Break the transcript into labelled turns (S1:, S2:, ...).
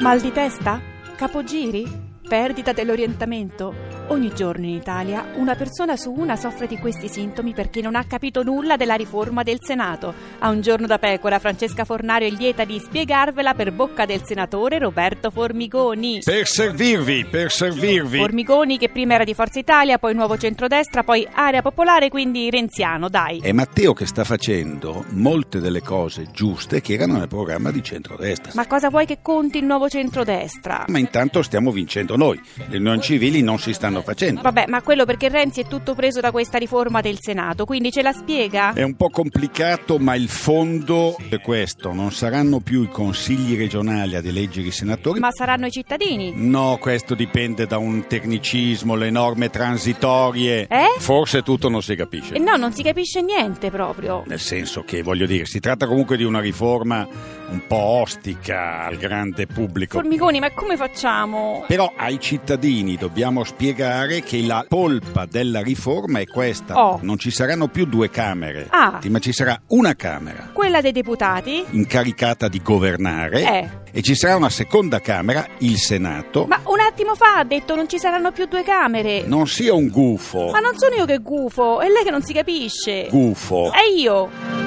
S1: Mal di testa? Capogiri? Perdita dell'orientamento? Ogni giorno in Italia una persona su una soffre di questi sintomi perché non ha capito nulla della riforma del Senato. A un giorno da pecora Francesca Fornario è lieta di spiegarvela per bocca del senatore Roberto Formigoni.
S2: Per servirvi, per servirvi.
S1: Formigoni che prima era di Forza Italia, poi Nuovo Centrodestra, poi Area Popolare, quindi Renziano, dai.
S3: È Matteo che sta facendo molte delle cose giuste che erano nel programma di centrodestra.
S1: Ma cosa vuoi che conti il Nuovo Centrodestra?
S3: Ma intanto stiamo vincendo noi, le non civili non si stanno facendo.
S1: Vabbè, ma quello perché Renzi è tutto preso da questa riforma del Senato, quindi ce la spiega?
S3: È un po' complicato, ma il fondo è questo. Non saranno più i consigli regionali ad eleggere i senatori.
S1: Ma saranno i cittadini?
S3: No, questo dipende da un tecnicismo, le norme transitorie.
S1: Eh?
S3: Forse tutto non si capisce.
S1: E no, non si capisce niente proprio.
S3: Nel senso che, voglio dire, si tratta comunque di una riforma un po' ostica al grande pubblico.
S1: Formigoni, ma come facciamo?
S3: Però ai cittadini dobbiamo spiegare che la polpa della riforma è questa.
S1: Oh.
S3: Non ci saranno più due camere,
S1: Ah.
S3: ma ci sarà una Camera
S1: Quella dei
S3: Eh.
S1: deputati?
S3: incaricata di governare
S1: Eh.
S3: e ci sarà una seconda Camera, il Senato.
S1: Ma un attimo fa ha detto non ci saranno più due camere.
S3: Non sia un gufo,
S1: Ma non sono io che gufo, è lei che non si capisce.
S3: gufo.
S1: È io.